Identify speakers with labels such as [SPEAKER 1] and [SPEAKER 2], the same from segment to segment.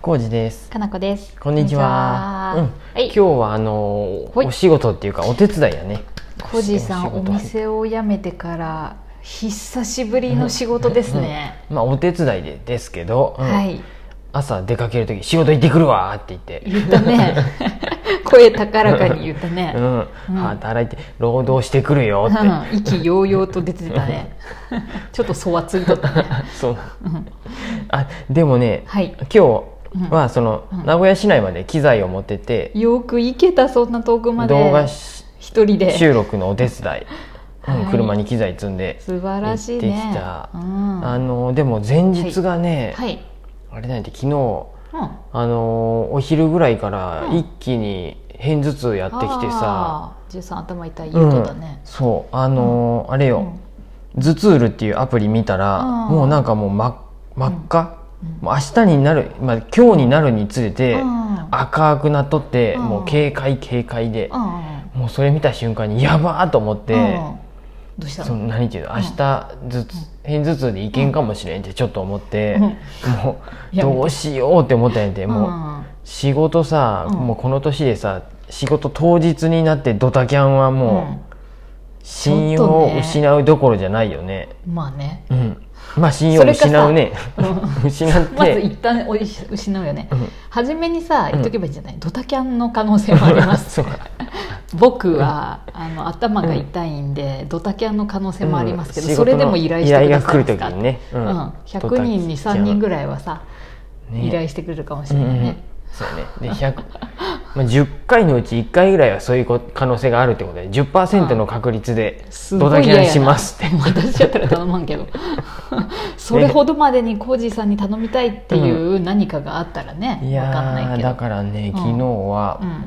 [SPEAKER 1] 浩二です
[SPEAKER 2] かなこです
[SPEAKER 1] こんにちは、うん、
[SPEAKER 2] こん
[SPEAKER 1] 今
[SPEAKER 2] にち
[SPEAKER 1] 日
[SPEAKER 2] は
[SPEAKER 1] はあのー
[SPEAKER 2] はい
[SPEAKER 1] お仕事っていうかお手伝いやね
[SPEAKER 2] はいコジさ
[SPEAKER 1] お仕
[SPEAKER 2] んお
[SPEAKER 1] 事
[SPEAKER 2] 店を辞めてから久しぶりの仕事ですね、
[SPEAKER 1] まあお手伝いでですけど、うん
[SPEAKER 2] はい
[SPEAKER 1] 朝出かける時仕事行ってくるわーって言って
[SPEAKER 2] 言っ たね声高らかに言った
[SPEAKER 1] う
[SPEAKER 2] ね、
[SPEAKER 1] ん、働いて労働してくるよ
[SPEAKER 2] う
[SPEAKER 1] って、
[SPEAKER 2] ん、意気揚々と出てた ねちょっとそわついとったね
[SPEAKER 1] そうあでもね、
[SPEAKER 2] はい
[SPEAKER 1] 今日はその、
[SPEAKER 2] うん
[SPEAKER 1] 名古屋市内まで機材を持ってて、
[SPEAKER 2] よく行けたそんな遠くまで
[SPEAKER 1] 動画し
[SPEAKER 2] 一人で
[SPEAKER 1] 収録のお手伝い、うん
[SPEAKER 2] はい
[SPEAKER 1] 車に機材積んで
[SPEAKER 2] 素晴らしいね
[SPEAKER 1] 行ってきた
[SPEAKER 2] うん、
[SPEAKER 1] あのでも前日がね、
[SPEAKER 2] はい、
[SPEAKER 1] あれなんて昨日
[SPEAKER 2] うん
[SPEAKER 1] あのお昼ぐらいから
[SPEAKER 2] うん
[SPEAKER 1] 一気に変頭痛やってきてさ、
[SPEAKER 2] あージュウさん頭痛い
[SPEAKER 1] うん
[SPEAKER 2] 言うとったね、
[SPEAKER 1] そうあの、あれ
[SPEAKER 2] う
[SPEAKER 1] よ
[SPEAKER 2] ん
[SPEAKER 1] 「頭痛る」っていうアプリ見たら、
[SPEAKER 2] うん
[SPEAKER 1] もうなんかもう真真っ赤、
[SPEAKER 2] うん
[SPEAKER 1] もう明日になる、まあ、今日になるにつれて
[SPEAKER 2] うん
[SPEAKER 1] 赤くなっとって、
[SPEAKER 2] うん
[SPEAKER 1] もう警戒警戒で
[SPEAKER 2] う、んうん
[SPEAKER 1] もうそれ見た瞬間にやばーと思って。
[SPEAKER 2] うんどうした
[SPEAKER 1] そ
[SPEAKER 2] の
[SPEAKER 1] の何ていうの明日ずつ偏頭痛でいけんかもしれんってちょっと思って、
[SPEAKER 2] うん
[SPEAKER 1] もう
[SPEAKER 2] やめて
[SPEAKER 1] どうしようって思ったんやて、もう
[SPEAKER 2] うん
[SPEAKER 1] 仕事さ、
[SPEAKER 2] うん
[SPEAKER 1] もうこの年でさ仕事当日になってドタキャンはもう信用を失うどころじゃないよね
[SPEAKER 2] うんまあね
[SPEAKER 1] うんまあ信用を失うね 失っ
[SPEAKER 2] まず
[SPEAKER 1] て、
[SPEAKER 2] 一旦おいし失うよね、
[SPEAKER 1] うん
[SPEAKER 2] 初めにさ言っとけばいいんじゃない、ドタキャンの可能性もありま す
[SPEAKER 1] そう
[SPEAKER 2] 僕はあの頭が痛いんで、ドタキャンの可能性もありますけど、
[SPEAKER 1] うん
[SPEAKER 2] それでも依頼してくださいます
[SPEAKER 1] 依頼が
[SPEAKER 2] か
[SPEAKER 1] 来る時にねう
[SPEAKER 2] うんん、100人に3人ぐらいはさ、
[SPEAKER 1] ね
[SPEAKER 2] 依頼してくれるかもし
[SPEAKER 1] う
[SPEAKER 2] れ
[SPEAKER 1] ん
[SPEAKER 2] な
[SPEAKER 1] う
[SPEAKER 2] い
[SPEAKER 1] んうん
[SPEAKER 2] ね、
[SPEAKER 1] そうねで100、まあ、10回のうち1回ぐらいはそういうこ可能性があるってことで10%の確率です
[SPEAKER 2] ご
[SPEAKER 1] ド
[SPEAKER 2] い
[SPEAKER 1] タキ
[SPEAKER 2] 嫌
[SPEAKER 1] ャ
[SPEAKER 2] や
[SPEAKER 1] ン
[SPEAKER 2] な
[SPEAKER 1] しますって
[SPEAKER 2] 私やったら頼まんけど それほどまでにコージーさんに頼みたいっていう何かがあったらね、
[SPEAKER 1] い
[SPEAKER 2] わ
[SPEAKER 1] や
[SPEAKER 2] かんない
[SPEAKER 1] ー
[SPEAKER 2] け
[SPEAKER 1] だ
[SPEAKER 2] ど
[SPEAKER 1] からね
[SPEAKER 2] うん
[SPEAKER 1] 昨日は、
[SPEAKER 2] うん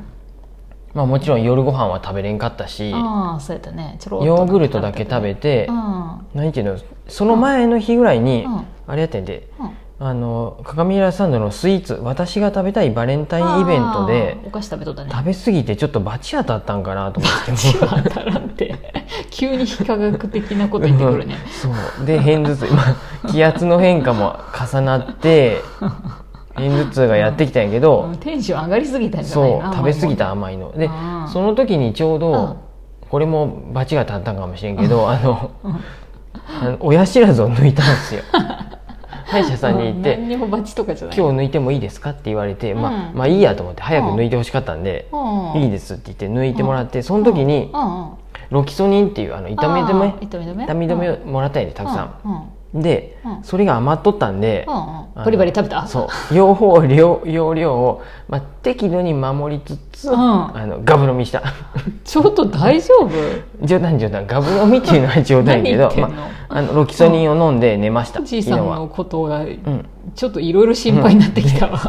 [SPEAKER 1] まあ、もちろん夜ご飯は食べれんかったしヨ
[SPEAKER 2] ああそうやったねちょろっと
[SPEAKER 1] ーグルトだけ食べて、
[SPEAKER 2] うん
[SPEAKER 1] 何ていうのその前の日ぐらいに、
[SPEAKER 2] うん
[SPEAKER 1] あれやってんで
[SPEAKER 2] うん
[SPEAKER 1] あの鏡平サンドのスイーツ私が食べたいバレンタインイベントで
[SPEAKER 2] あーお菓子食べとったね
[SPEAKER 1] 食べ過ぎてちょっとバチ当たったんかなと思って
[SPEAKER 2] 口は当たらんて 急に非科学的なこと言ってくるね
[SPEAKER 1] そうで片頭痛まあ気圧の変化も重な って片頭痛がやってきたんやけ
[SPEAKER 2] う
[SPEAKER 1] ど
[SPEAKER 2] ん、テンション上がりすぎたんじゃない
[SPEAKER 1] そう
[SPEAKER 2] な
[SPEAKER 1] 食べ過ぎた
[SPEAKER 2] も
[SPEAKER 1] 甘いので
[SPEAKER 2] うん
[SPEAKER 1] その時にちょう
[SPEAKER 2] うん
[SPEAKER 1] どこれもバチが立ったんかもしれんけどあのあの親知らずを抜いたん ですよ歯医者
[SPEAKER 2] う
[SPEAKER 1] さんに行って
[SPEAKER 2] 何にもバチとかじ
[SPEAKER 1] 「
[SPEAKER 2] ゃない
[SPEAKER 1] 今日抜いてもいいですか?」って言われて、まあ、
[SPEAKER 2] うん
[SPEAKER 1] まあいいやと思って早く抜いてほしかったんで「
[SPEAKER 2] うん
[SPEAKER 1] いいです」って言って抜いてもらってその時に
[SPEAKER 2] うんうんうん
[SPEAKER 1] ロキソニンっていうあの痛み止め
[SPEAKER 2] あー痛み止め
[SPEAKER 1] 痛み止め
[SPEAKER 2] う
[SPEAKER 1] をもらったんやでたくさん。
[SPEAKER 2] うんうん
[SPEAKER 1] で、
[SPEAKER 2] うん
[SPEAKER 1] それが余っとったんで、
[SPEAKER 2] うん
[SPEAKER 1] あ
[SPEAKER 2] う
[SPEAKER 1] の
[SPEAKER 2] んバリバリ食べた
[SPEAKER 1] そう両方量容量を、まあ、適度に守りつつ、
[SPEAKER 2] うん
[SPEAKER 1] あのガブ飲みした
[SPEAKER 2] ちょっと大丈夫
[SPEAKER 1] 冗談冗談ガブ飲みっていうのは冗談やけど
[SPEAKER 2] 何言ってんの
[SPEAKER 1] まあ、あのロキソニンを飲んで寝ました、
[SPEAKER 2] じい
[SPEAKER 1] 昨
[SPEAKER 2] さん
[SPEAKER 1] 日
[SPEAKER 2] の
[SPEAKER 1] は、
[SPEAKER 2] ことが
[SPEAKER 1] うん、
[SPEAKER 2] ちょっといろいろ心配になってきたわ、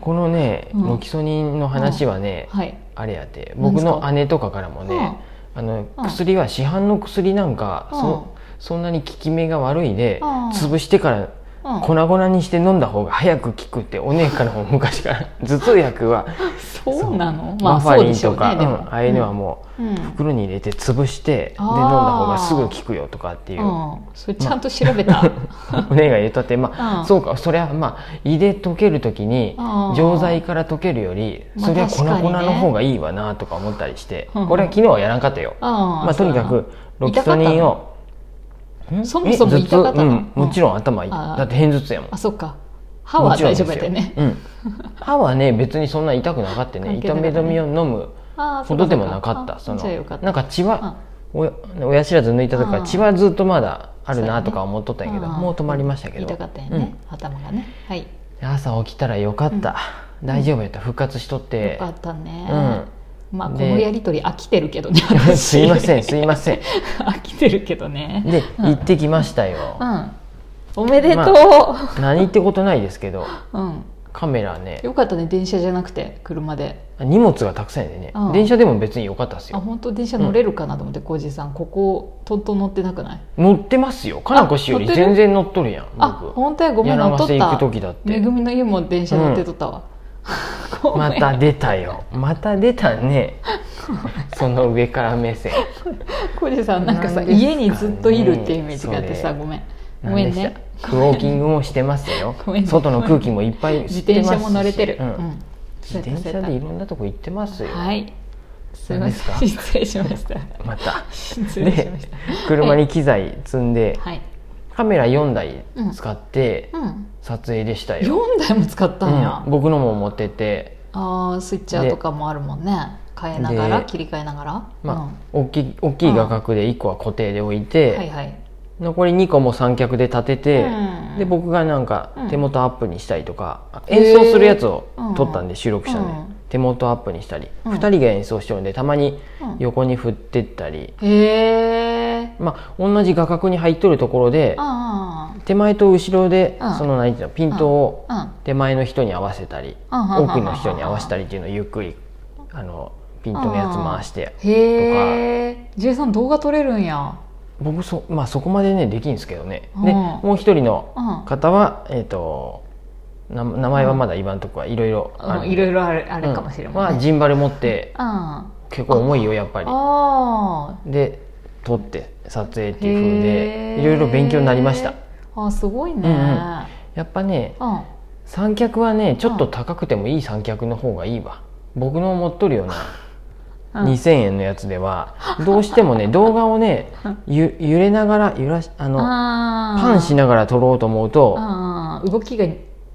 [SPEAKER 1] このね、
[SPEAKER 2] うん
[SPEAKER 1] ロキソニンの話はね、
[SPEAKER 2] はい
[SPEAKER 1] あれやって
[SPEAKER 2] 何
[SPEAKER 1] 僕
[SPEAKER 2] ですか
[SPEAKER 1] の姉とかからもね、あの
[SPEAKER 2] うん
[SPEAKER 1] 薬は市販の薬なんか、
[SPEAKER 2] うん
[SPEAKER 1] そそんなに効き目が悪いで、
[SPEAKER 2] うん
[SPEAKER 1] 潰してから
[SPEAKER 2] うん
[SPEAKER 1] 粉々にして飲んだ方が早く効くってお姉からも昔から 頭痛薬は
[SPEAKER 2] そうなのま
[SPEAKER 1] バ
[SPEAKER 2] あ
[SPEAKER 1] ファ
[SPEAKER 2] そう
[SPEAKER 1] リ
[SPEAKER 2] で
[SPEAKER 1] ン
[SPEAKER 2] しょう
[SPEAKER 1] と
[SPEAKER 2] ね
[SPEAKER 1] か、
[SPEAKER 2] で
[SPEAKER 1] うん
[SPEAKER 2] も
[SPEAKER 1] ああいうのはもう
[SPEAKER 2] うん
[SPEAKER 1] 袋に入れて潰して、で
[SPEAKER 2] あ
[SPEAKER 1] 飲
[SPEAKER 2] ー
[SPEAKER 1] んだ方がすぐ効くよとかっていう、
[SPEAKER 2] うん、それちゃんと調べた、
[SPEAKER 1] お姉が言っとってまあ、
[SPEAKER 2] うん
[SPEAKER 1] そうかそりゃまあ胃で溶ける時に
[SPEAKER 2] あー
[SPEAKER 1] 錠剤から溶けるより
[SPEAKER 2] まあ
[SPEAKER 1] そりゃ粉々
[SPEAKER 2] 確かに
[SPEAKER 1] の
[SPEAKER 2] ね
[SPEAKER 1] 方がいいわなとか思ったりして、
[SPEAKER 2] うんうん
[SPEAKER 1] これは昨日はやらんかったよ、
[SPEAKER 2] あ
[SPEAKER 1] まあ、とにかくロキソニンをん
[SPEAKER 2] そもそも
[SPEAKER 1] え頭痛
[SPEAKER 2] 痛かったの
[SPEAKER 1] うん、もちろん頭痛い、
[SPEAKER 2] あー
[SPEAKER 1] だって偏頭痛やもん
[SPEAKER 2] あそっか歯は大丈夫やったよね、
[SPEAKER 1] うん、歯はね別にそんな痛くなかったね
[SPEAKER 2] 関
[SPEAKER 1] 痛
[SPEAKER 2] 係なかった
[SPEAKER 1] み
[SPEAKER 2] ね
[SPEAKER 1] 止めを飲む
[SPEAKER 2] ああ
[SPEAKER 1] ほどでもなかったそ
[SPEAKER 2] じゃあよか
[SPEAKER 1] の
[SPEAKER 2] った
[SPEAKER 1] なんか血は
[SPEAKER 2] あ
[SPEAKER 1] 親親知らず抜いたとか
[SPEAKER 2] あ
[SPEAKER 1] 血はずっとまだある
[SPEAKER 2] そうだ
[SPEAKER 1] な
[SPEAKER 2] ね
[SPEAKER 1] とか思っとったんやけど
[SPEAKER 2] あー
[SPEAKER 1] もう止まりましたけど
[SPEAKER 2] 痛かったよね、頭がねはい
[SPEAKER 1] うん朝起きたらよかった、大丈夫やった復活しとって
[SPEAKER 2] よかったね、
[SPEAKER 1] うん
[SPEAKER 2] まあこ
[SPEAKER 1] で
[SPEAKER 2] のやりとり飽きてるけどね
[SPEAKER 1] すいませ
[SPEAKER 2] ん
[SPEAKER 1] んすいません
[SPEAKER 2] 飽きてるけどね
[SPEAKER 1] で
[SPEAKER 2] うん
[SPEAKER 1] 行ってきましたよ、
[SPEAKER 2] うんおめでとう、
[SPEAKER 1] 何ってことないですけど
[SPEAKER 2] うん
[SPEAKER 1] カメラね
[SPEAKER 2] よかったね電車じゃなくて車で
[SPEAKER 1] 荷物がたくさんやでね、
[SPEAKER 2] うん
[SPEAKER 1] 電車でも別によかったです
[SPEAKER 2] あ
[SPEAKER 1] よ
[SPEAKER 2] 本当電車乗れるかなと思って浩司、さんここトントン乗ってなくない
[SPEAKER 1] 乗ってますよかなこ氏より
[SPEAKER 2] あ乗ってる
[SPEAKER 1] 全然乗っとるやん僕
[SPEAKER 2] あ本当やごめん乗
[SPEAKER 1] 柳
[SPEAKER 2] っと
[SPEAKER 1] ヶ
[SPEAKER 2] っ
[SPEAKER 1] 瀬行く
[SPEAKER 2] た
[SPEAKER 1] 時だって
[SPEAKER 2] めぐみの家も電車乗ってとったわ、ごめん
[SPEAKER 1] また出たよまた出たね その上から目線
[SPEAKER 2] 浩司さんなんかさ
[SPEAKER 1] なんですかね
[SPEAKER 2] 家にずっといるっていうイメージがあってさごめんごめ
[SPEAKER 1] 何
[SPEAKER 2] ん
[SPEAKER 1] でし
[SPEAKER 2] ね
[SPEAKER 1] たウォーキングもしてますよ
[SPEAKER 2] ごめんね
[SPEAKER 1] 外の空気もいっぱい
[SPEAKER 2] 自
[SPEAKER 1] 吸って
[SPEAKER 2] 転
[SPEAKER 1] ますし
[SPEAKER 2] 車も乗れてる、
[SPEAKER 1] うん
[SPEAKER 2] うん
[SPEAKER 1] 自転車でいろんなとこ行ってますよ、
[SPEAKER 2] はいすいま
[SPEAKER 1] 何ですか
[SPEAKER 2] せん 失礼しました
[SPEAKER 1] また
[SPEAKER 2] 失礼し
[SPEAKER 1] で
[SPEAKER 2] ました
[SPEAKER 1] 車に機材積んで、
[SPEAKER 2] はい、
[SPEAKER 1] カメラ4台使って
[SPEAKER 2] うん、
[SPEAKER 1] 撮影でしたよ、
[SPEAKER 2] 4台も使ったんや、
[SPEAKER 1] うん僕のも持ってて、
[SPEAKER 2] あースイッチャーとかもあるもんね変えながら
[SPEAKER 1] で
[SPEAKER 2] 切り替えながら、
[SPEAKER 1] まあ大きい大きい画角で1個は固定で置い
[SPEAKER 2] うん
[SPEAKER 1] て、
[SPEAKER 2] はいはい
[SPEAKER 1] 残り2個も三脚で立てて、
[SPEAKER 2] うん
[SPEAKER 1] で僕がなんか
[SPEAKER 2] うん
[SPEAKER 1] 手元アップにしたりとか、
[SPEAKER 2] へー
[SPEAKER 1] 演奏するやつを撮ったんで、
[SPEAKER 2] うん
[SPEAKER 1] 収録したんで、
[SPEAKER 2] うん
[SPEAKER 1] 手元アップにしたり、
[SPEAKER 2] う
[SPEAKER 1] 二
[SPEAKER 2] ん
[SPEAKER 1] 2人が演奏してるんでたまに
[SPEAKER 2] うん
[SPEAKER 1] 横に振ってったり、
[SPEAKER 2] へえ
[SPEAKER 1] まあ同じ画角に入っとるところで、
[SPEAKER 2] あ
[SPEAKER 1] 手前と後ろで、
[SPEAKER 2] うん
[SPEAKER 1] その何ていうのピントを
[SPEAKER 2] あうん
[SPEAKER 1] 手前の人に合わせたり、
[SPEAKER 2] うんうんうんうん
[SPEAKER 1] 奥の人に合わせたりっていうのをゆっくりあのピントのやつ回して、
[SPEAKER 2] へえ J さん動画撮れるんや
[SPEAKER 1] 僕そ,、まあ、そこまでねできんですけどね、
[SPEAKER 2] うん
[SPEAKER 1] でもう一人の
[SPEAKER 2] うん
[SPEAKER 1] 方は、えっとな名前はまだ今のとこはいろいろある
[SPEAKER 2] うんいろいろあるあれかもしれ
[SPEAKER 1] うん
[SPEAKER 2] な
[SPEAKER 1] まあ
[SPEAKER 2] い
[SPEAKER 1] ジンバル持って
[SPEAKER 2] あ
[SPEAKER 1] 結構重いよやっぱり
[SPEAKER 2] あ
[SPEAKER 1] で撮って撮影っ
[SPEAKER 2] ー
[SPEAKER 1] ていう風
[SPEAKER 2] へー
[SPEAKER 1] でいろいろ勉強になりました
[SPEAKER 2] あすごいね
[SPEAKER 1] うんうんやっぱね
[SPEAKER 2] うんあ
[SPEAKER 1] 三脚はねちょっと高くてもいい三脚の方がいいわ僕の持っとるような
[SPEAKER 2] うん
[SPEAKER 1] 2000円のやつではどうしてもね動画をねゆ揺れながら揺らしあのパ
[SPEAKER 2] パ
[SPEAKER 1] ンしながら撮ろうと思うと
[SPEAKER 2] 動きが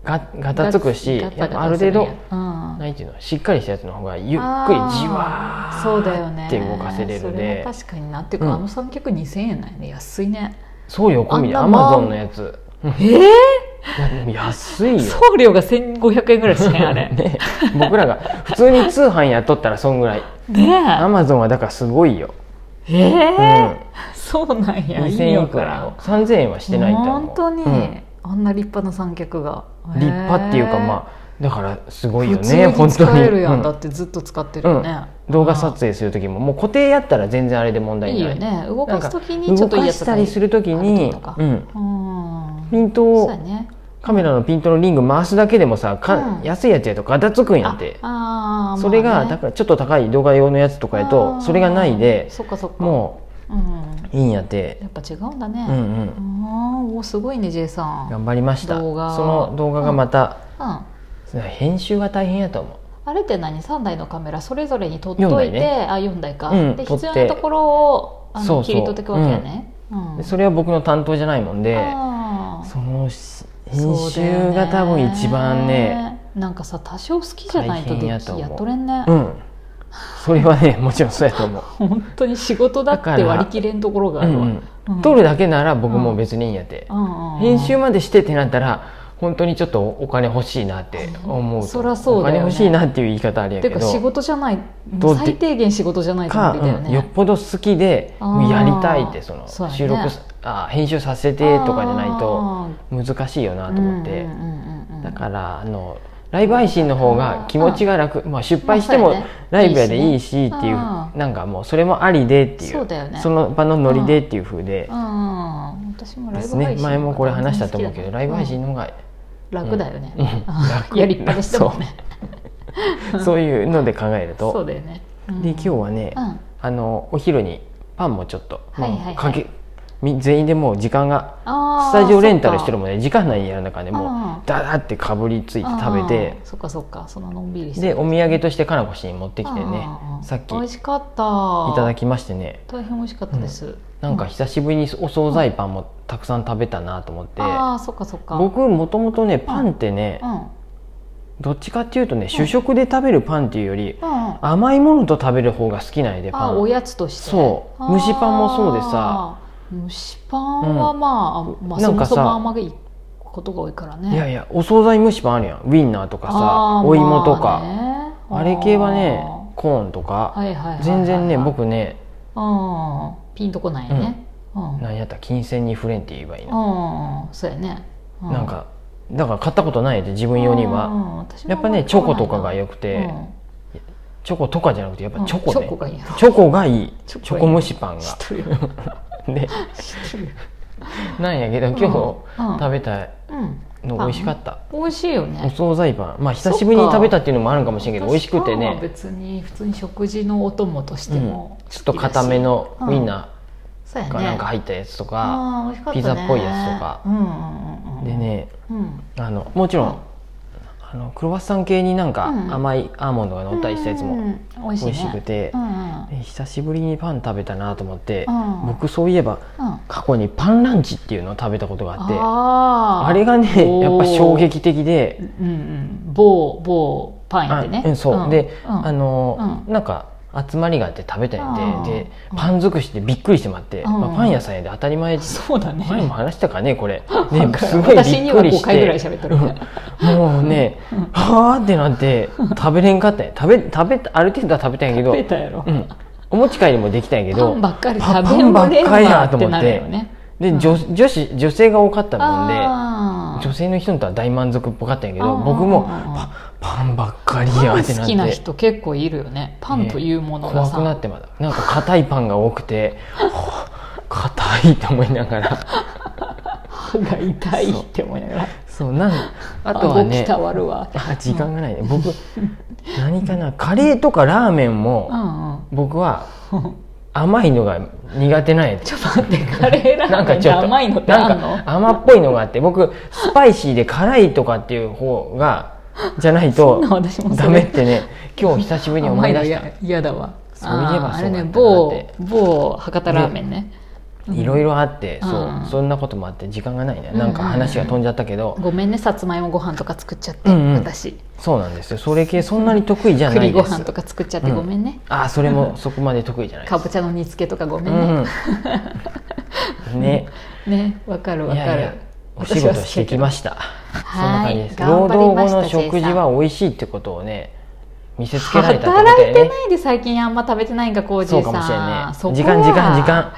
[SPEAKER 1] がガタつくし
[SPEAKER 2] ガ
[SPEAKER 1] や
[SPEAKER 2] タガ
[SPEAKER 1] っ
[SPEAKER 2] タ
[SPEAKER 1] ぱある程
[SPEAKER 2] す
[SPEAKER 1] 度
[SPEAKER 2] んやうん
[SPEAKER 1] なんていうのしっかりしたやつの方がゆっくりじわ
[SPEAKER 2] あ
[SPEAKER 1] ー
[SPEAKER 2] ーそうだよね
[SPEAKER 1] って動かせれる
[SPEAKER 2] そ
[SPEAKER 1] で
[SPEAKER 2] れは確かになっていうか、
[SPEAKER 1] うん
[SPEAKER 2] あの三脚2000円なんやね安いね
[SPEAKER 1] 送料込みで
[SPEAKER 2] あ
[SPEAKER 1] ア
[SPEAKER 2] んな
[SPEAKER 1] マ
[SPEAKER 2] もん
[SPEAKER 1] ゾンのやつ
[SPEAKER 2] ええ
[SPEAKER 1] いや安いよ
[SPEAKER 2] 送料が1500円ぐらいしねあれね
[SPEAKER 1] ね僕らが普通に通販やっとったらそんぐらいアマゾンはだからすごいよ、
[SPEAKER 2] ええ
[SPEAKER 1] うん、
[SPEAKER 2] ーそうなんや
[SPEAKER 1] 2000
[SPEAKER 2] いい
[SPEAKER 1] 円
[SPEAKER 2] の
[SPEAKER 1] いく
[SPEAKER 2] から
[SPEAKER 1] よ3000円はしてないと思う
[SPEAKER 2] 本当に、
[SPEAKER 1] うん
[SPEAKER 2] あんな立派な三脚が
[SPEAKER 1] 立派っていうか
[SPEAKER 2] あ
[SPEAKER 1] まあだからすごいよ
[SPEAKER 2] 普通
[SPEAKER 1] ね
[SPEAKER 2] に
[SPEAKER 1] 本当
[SPEAKER 2] 使
[SPEAKER 1] に
[SPEAKER 2] えるやん、
[SPEAKER 1] うん
[SPEAKER 2] だってずっと使ってるよね、
[SPEAKER 1] うん動画撮影する時ももう固定やったら全然あれで問題
[SPEAKER 2] い
[SPEAKER 1] ないい
[SPEAKER 2] よね動
[SPEAKER 1] な
[SPEAKER 2] か
[SPEAKER 1] ん
[SPEAKER 2] す
[SPEAKER 1] か
[SPEAKER 2] 時にちょっといいやつ
[SPEAKER 1] 動かしたりする時
[SPEAKER 2] ある
[SPEAKER 1] に
[SPEAKER 2] とか
[SPEAKER 1] うん
[SPEAKER 2] うん
[SPEAKER 1] ピント
[SPEAKER 2] そうや
[SPEAKER 1] を
[SPEAKER 2] ね
[SPEAKER 1] カメラのピントのリング回すだけでもさか、
[SPEAKER 2] うん
[SPEAKER 1] 安いやつやとガタつくんやって
[SPEAKER 2] ああー
[SPEAKER 1] それが、
[SPEAKER 2] まあね
[SPEAKER 1] だからちょっと高い動画用のやつとかや
[SPEAKER 2] あ
[SPEAKER 1] と
[SPEAKER 2] ー
[SPEAKER 1] それがないで
[SPEAKER 2] そっかそっか
[SPEAKER 1] も
[SPEAKER 2] う、ん、
[SPEAKER 1] ういいんやって
[SPEAKER 2] やっぱ違うんだ
[SPEAKER 1] うんう
[SPEAKER 2] ね、うんおーすごいね J さん、うん、
[SPEAKER 1] 頑張りましたそ
[SPEAKER 2] 動画
[SPEAKER 1] の動画がまた、
[SPEAKER 2] あ
[SPEAKER 1] 編集が大変やと思
[SPEAKER 2] れって何3台のカメラそれぞれに撮っとい
[SPEAKER 1] 四台
[SPEAKER 2] て、
[SPEAKER 1] ね
[SPEAKER 2] あ4台か、
[SPEAKER 1] うん
[SPEAKER 2] で
[SPEAKER 1] 撮っ
[SPEAKER 2] 必
[SPEAKER 1] て
[SPEAKER 2] 要なところをあの
[SPEAKER 1] そうそう
[SPEAKER 2] 切り取っていくわけやね、うん
[SPEAKER 1] うでそれは僕の担当じゃないもんで
[SPEAKER 2] あー
[SPEAKER 1] そのし編
[SPEAKER 2] そうだよね
[SPEAKER 1] 集が多分一番ね
[SPEAKER 2] なんかさ多少好きじゃない
[SPEAKER 1] 大
[SPEAKER 2] とでき
[SPEAKER 1] 変
[SPEAKER 2] や
[SPEAKER 1] やと思う
[SPEAKER 2] っとれんね、
[SPEAKER 1] うんそれはねもちろんそうや と思う
[SPEAKER 2] 本当に仕事だって割り切れんところがあ
[SPEAKER 1] う
[SPEAKER 2] るわ、
[SPEAKER 1] ん
[SPEAKER 2] う
[SPEAKER 1] うんん、撮るだけなら僕も別にいいんやって、
[SPEAKER 2] うんうん
[SPEAKER 1] 編集までしてってなったら本当にちょっとお金欲しいなって思うと
[SPEAKER 2] そらそうだよね
[SPEAKER 1] お金欲しいなっていう言い方あれや
[SPEAKER 2] て
[SPEAKER 1] け
[SPEAKER 2] いう
[SPEAKER 1] ど
[SPEAKER 2] か仕事じゃない
[SPEAKER 1] どうで
[SPEAKER 2] 最低限仕事じゃないと
[SPEAKER 1] か
[SPEAKER 2] 無理だよ
[SPEAKER 1] うんよっ
[SPEAKER 2] ね、
[SPEAKER 1] ぽど好きで
[SPEAKER 2] あー
[SPEAKER 1] やりたいってその
[SPEAKER 2] そうやね
[SPEAKER 1] 収録すあ編集させてとかじゃないと
[SPEAKER 2] あー
[SPEAKER 1] 難しいよなと思って、
[SPEAKER 2] うんうんうんうん
[SPEAKER 1] だからあのライブ配信の方が気持ちが楽、まあ、失敗して
[SPEAKER 2] まあそうや
[SPEAKER 1] も
[SPEAKER 2] ね
[SPEAKER 1] ライブやでいいし
[SPEAKER 2] いい
[SPEAKER 1] っ
[SPEAKER 2] しね
[SPEAKER 1] ていう、
[SPEAKER 2] あー
[SPEAKER 1] なんかもうそれもありでっていう
[SPEAKER 2] そうだよね
[SPEAKER 1] の場のノリでっていう風で
[SPEAKER 2] うん私もラ
[SPEAKER 1] で
[SPEAKER 2] イブ配
[SPEAKER 1] す
[SPEAKER 2] 信
[SPEAKER 1] ね前もこれ話したと思うけど
[SPEAKER 2] うん
[SPEAKER 1] ライブ配信の方が
[SPEAKER 2] 楽だよね、
[SPEAKER 1] うん
[SPEAKER 2] あ
[SPEAKER 1] 楽
[SPEAKER 2] やりっぱなしだもんね
[SPEAKER 1] そういうので考える
[SPEAKER 2] そう
[SPEAKER 1] と
[SPEAKER 2] だよね、
[SPEAKER 1] で今日はね、
[SPEAKER 2] うん
[SPEAKER 1] あのお昼にパンもちょっと、
[SPEAKER 2] はいはいはい
[SPEAKER 1] もうかけみ全員でもう時間が
[SPEAKER 2] あー
[SPEAKER 1] スタジオレンタルしてるもんね時間内にやる中で
[SPEAKER 2] あ
[SPEAKER 1] も
[SPEAKER 2] ー
[SPEAKER 1] うダダってかぶりついて食べて
[SPEAKER 2] あーそっかそっかそののんびりし
[SPEAKER 1] で
[SPEAKER 2] て
[SPEAKER 1] お土産としてかなこ氏に持ってきてね
[SPEAKER 2] あー
[SPEAKER 1] さっき
[SPEAKER 2] 美
[SPEAKER 1] い
[SPEAKER 2] 味しかった
[SPEAKER 1] ただきましてね
[SPEAKER 2] 大変美味しかったです、
[SPEAKER 1] なんか久しぶりにお惣菜パンもたくさん食べたなと思って
[SPEAKER 2] ああそっかそっか
[SPEAKER 1] 僕もともとねパンってね
[SPEAKER 2] うんうんうん
[SPEAKER 1] どっちかっていうとね主食で食べるパンっていうより
[SPEAKER 2] あ
[SPEAKER 1] 甘いものと食べる方が好きなんやでパ
[SPEAKER 2] あ
[SPEAKER 1] ン
[SPEAKER 2] おやつとして
[SPEAKER 1] そう
[SPEAKER 2] あー
[SPEAKER 1] 蒸しパンもそうでさ
[SPEAKER 2] 蒸しパンはまあ、あま
[SPEAKER 1] な
[SPEAKER 2] あ、そ
[SPEAKER 1] ん
[SPEAKER 2] も
[SPEAKER 1] かさ
[SPEAKER 2] そも甘いことが多いからね
[SPEAKER 1] いやいやお惣菜蒸しパンあるやんウインナーとか
[SPEAKER 2] あ
[SPEAKER 1] さ
[SPEAKER 2] ー
[SPEAKER 1] お芋とか、
[SPEAKER 2] まあね
[SPEAKER 1] あれ系はねコーンとか、
[SPEAKER 2] はいはいはいはいはい
[SPEAKER 1] 全然ね僕ね
[SPEAKER 2] うんピンとこないねうん、うん
[SPEAKER 1] 何やったら金銭にフレンって言えばいいの、
[SPEAKER 2] そうやね、う
[SPEAKER 1] なんかだから買ったことないで自分用に
[SPEAKER 2] う
[SPEAKER 1] は、
[SPEAKER 2] ん私も
[SPEAKER 1] やっぱねチョコとかが良くて、
[SPEAKER 2] うん
[SPEAKER 1] チョコとかじゃなくてやっぱチョコ
[SPEAKER 2] うん
[SPEAKER 1] ね、
[SPEAKER 2] チョコがいいやろ
[SPEAKER 1] チョコがいい
[SPEAKER 2] チ
[SPEAKER 1] チ
[SPEAKER 2] ョコがい
[SPEAKER 1] ョ
[SPEAKER 2] い
[SPEAKER 1] コ蒸しパンが
[SPEAKER 2] 知っとるよ
[SPEAKER 1] で
[SPEAKER 2] 知っとるよ
[SPEAKER 1] なんやけど今
[SPEAKER 2] うんうん
[SPEAKER 1] 日食べた
[SPEAKER 2] うん
[SPEAKER 1] の美味しかった、
[SPEAKER 2] 美味しいよ
[SPEAKER 1] お
[SPEAKER 2] ね
[SPEAKER 1] 惣菜パンまあ久しぶりに食べたっていうのもあるんかもしれんけど美味しくて
[SPEAKER 2] 私は
[SPEAKER 1] ね、
[SPEAKER 2] 別に普通に食事のお供としても
[SPEAKER 1] うんちょっと固めのウイン
[SPEAKER 2] ー
[SPEAKER 1] ナ
[SPEAKER 2] そうや
[SPEAKER 1] ー
[SPEAKER 2] ね
[SPEAKER 1] がなんか入ったやつとか、
[SPEAKER 2] あー美味しかった
[SPEAKER 1] ピ
[SPEAKER 2] ね
[SPEAKER 1] ザっぽいやつとか
[SPEAKER 2] うんうんうんうん
[SPEAKER 1] でね
[SPEAKER 2] うん
[SPEAKER 1] あのもちろん、
[SPEAKER 2] うん
[SPEAKER 1] あのクロワッサン系になんか
[SPEAKER 2] うん
[SPEAKER 1] 甘いアーモンドが乗ったりしたやつ
[SPEAKER 2] う
[SPEAKER 1] も
[SPEAKER 2] ん美味し
[SPEAKER 1] 美
[SPEAKER 2] いね
[SPEAKER 1] 味しくて、
[SPEAKER 2] うんうん
[SPEAKER 1] で久しぶりにパン食べたなと思って、
[SPEAKER 2] うん
[SPEAKER 1] 僕そういえば
[SPEAKER 2] うん
[SPEAKER 1] 過去にパンランチっていうのを食べたことがあってあ
[SPEAKER 2] あー
[SPEAKER 1] れがねやっぱ衝撃的
[SPEAKER 2] う
[SPEAKER 1] で、
[SPEAKER 2] んうん某某パン屋
[SPEAKER 1] あ
[SPEAKER 2] でね
[SPEAKER 1] うんそう、で、あの、
[SPEAKER 2] う
[SPEAKER 1] なんか集まりがあって食べたんで
[SPEAKER 2] うん
[SPEAKER 1] でパン尽くしでびっくりしてもらって、
[SPEAKER 2] うん
[SPEAKER 1] まあ、パン屋さんやで当たり前
[SPEAKER 2] そうだね
[SPEAKER 1] 前も話したかねこれ、
[SPEAKER 2] なん
[SPEAKER 1] ね、
[SPEAKER 2] か
[SPEAKER 1] すごいびっくりして
[SPEAKER 2] 私には5回ぐらい喋ってるね
[SPEAKER 1] うんもうね、はーってなって食べれんかったんや食べ食べある程度は食べたんやけど
[SPEAKER 2] 食べたやろ
[SPEAKER 1] うん、お持ち帰りもできたんやけ
[SPEAKER 2] パ
[SPEAKER 1] ど
[SPEAKER 2] ンばっかり
[SPEAKER 1] パ
[SPEAKER 2] 食べん
[SPEAKER 1] パ
[SPEAKER 2] ば
[SPEAKER 1] ン
[SPEAKER 2] っ
[SPEAKER 1] ばっ
[SPEAKER 2] か
[SPEAKER 1] か
[SPEAKER 2] り
[SPEAKER 1] り
[SPEAKER 2] な
[SPEAKER 1] や
[SPEAKER 2] っ
[SPEAKER 1] と思っ
[SPEAKER 2] てなる
[SPEAKER 1] て
[SPEAKER 2] よね
[SPEAKER 1] で女女子女性が多かったもんで
[SPEAKER 2] あー
[SPEAKER 1] 女性の人にとは大満足っぽかったんやけど
[SPEAKER 2] あー
[SPEAKER 1] 僕も
[SPEAKER 2] あー
[SPEAKER 1] パパンばっかりや
[SPEAKER 2] パン
[SPEAKER 1] ってな
[SPEAKER 2] 好
[SPEAKER 1] っ
[SPEAKER 2] きな
[SPEAKER 1] て
[SPEAKER 2] 人結構いるよねパンというものが
[SPEAKER 1] 怖
[SPEAKER 2] さ、
[SPEAKER 1] くなってまだなんか硬いパンが多くてはぁ硬いと思いながら
[SPEAKER 2] 歯が痛いって思いながら
[SPEAKER 1] そう なんあとはね
[SPEAKER 2] 顎伝わるわ
[SPEAKER 1] あ時間がないね僕何かなカレーとかラーメン
[SPEAKER 2] う
[SPEAKER 1] も
[SPEAKER 2] んうん
[SPEAKER 1] 僕は甘いのが苦手なん やって
[SPEAKER 2] ちょっと待ってカレーラ
[SPEAKER 1] なん
[SPEAKER 2] ーメ
[SPEAKER 1] か
[SPEAKER 2] ン
[SPEAKER 1] ち
[SPEAKER 2] で
[SPEAKER 1] ょっと
[SPEAKER 2] 甘いのってあんの
[SPEAKER 1] なんか甘っぽいのがあって僕スパイシーで辛いとかっていう方がじゃないと
[SPEAKER 2] そんな私もそれ
[SPEAKER 1] ダメってね今日久しぶりに思い出し
[SPEAKER 2] 甘の嫌嫌だわ
[SPEAKER 1] そういえばそうだったなって
[SPEAKER 2] あーあれね某某博多ラーメンね
[SPEAKER 1] たいろいろあって
[SPEAKER 2] うん
[SPEAKER 1] そうそんなこともあって時間がないね
[SPEAKER 2] うん
[SPEAKER 1] なんか話が飛んじゃったけど
[SPEAKER 2] ごめんねさつまいもご飯とか作っちゃって、
[SPEAKER 1] うんうん
[SPEAKER 2] 私
[SPEAKER 1] そうなんですよそれ系そんなに得意じゃない
[SPEAKER 2] 栗
[SPEAKER 1] で
[SPEAKER 2] ご
[SPEAKER 1] す
[SPEAKER 2] 飯とか作っちゃって
[SPEAKER 1] うん
[SPEAKER 2] ごめんね、
[SPEAKER 1] あーそれもそこまで得意じゃないで
[SPEAKER 2] か
[SPEAKER 1] す
[SPEAKER 2] ぼちゃの煮つけとかごめ
[SPEAKER 1] うん
[SPEAKER 2] ね、
[SPEAKER 1] ん ね
[SPEAKER 2] ねわかるわ
[SPEAKER 1] い
[SPEAKER 2] か
[SPEAKER 1] や
[SPEAKER 2] る
[SPEAKER 1] いやお仕事してきま
[SPEAKER 2] し
[SPEAKER 1] したそんな
[SPEAKER 2] は
[SPEAKER 1] 感
[SPEAKER 2] い
[SPEAKER 1] じです
[SPEAKER 2] 頑
[SPEAKER 1] 労
[SPEAKER 2] 張り
[SPEAKER 1] 働
[SPEAKER 2] ま
[SPEAKER 1] 後
[SPEAKER 2] した
[SPEAKER 1] の食事は美味しいってことをね見せつけられたってこと
[SPEAKER 2] 働
[SPEAKER 1] だ
[SPEAKER 2] い
[SPEAKER 1] よ
[SPEAKER 2] て
[SPEAKER 1] ね
[SPEAKER 2] ないで最近あんま食べてないんかコージ
[SPEAKER 1] そ
[SPEAKER 2] ー
[SPEAKER 1] うかもしれ
[SPEAKER 2] さ
[SPEAKER 1] なんい時間時間時間言わ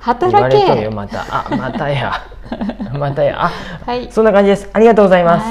[SPEAKER 2] 働
[SPEAKER 1] れとる
[SPEAKER 2] け
[SPEAKER 1] よまたあまたや またやあ
[SPEAKER 2] はい
[SPEAKER 1] そんな感じですありがとうございます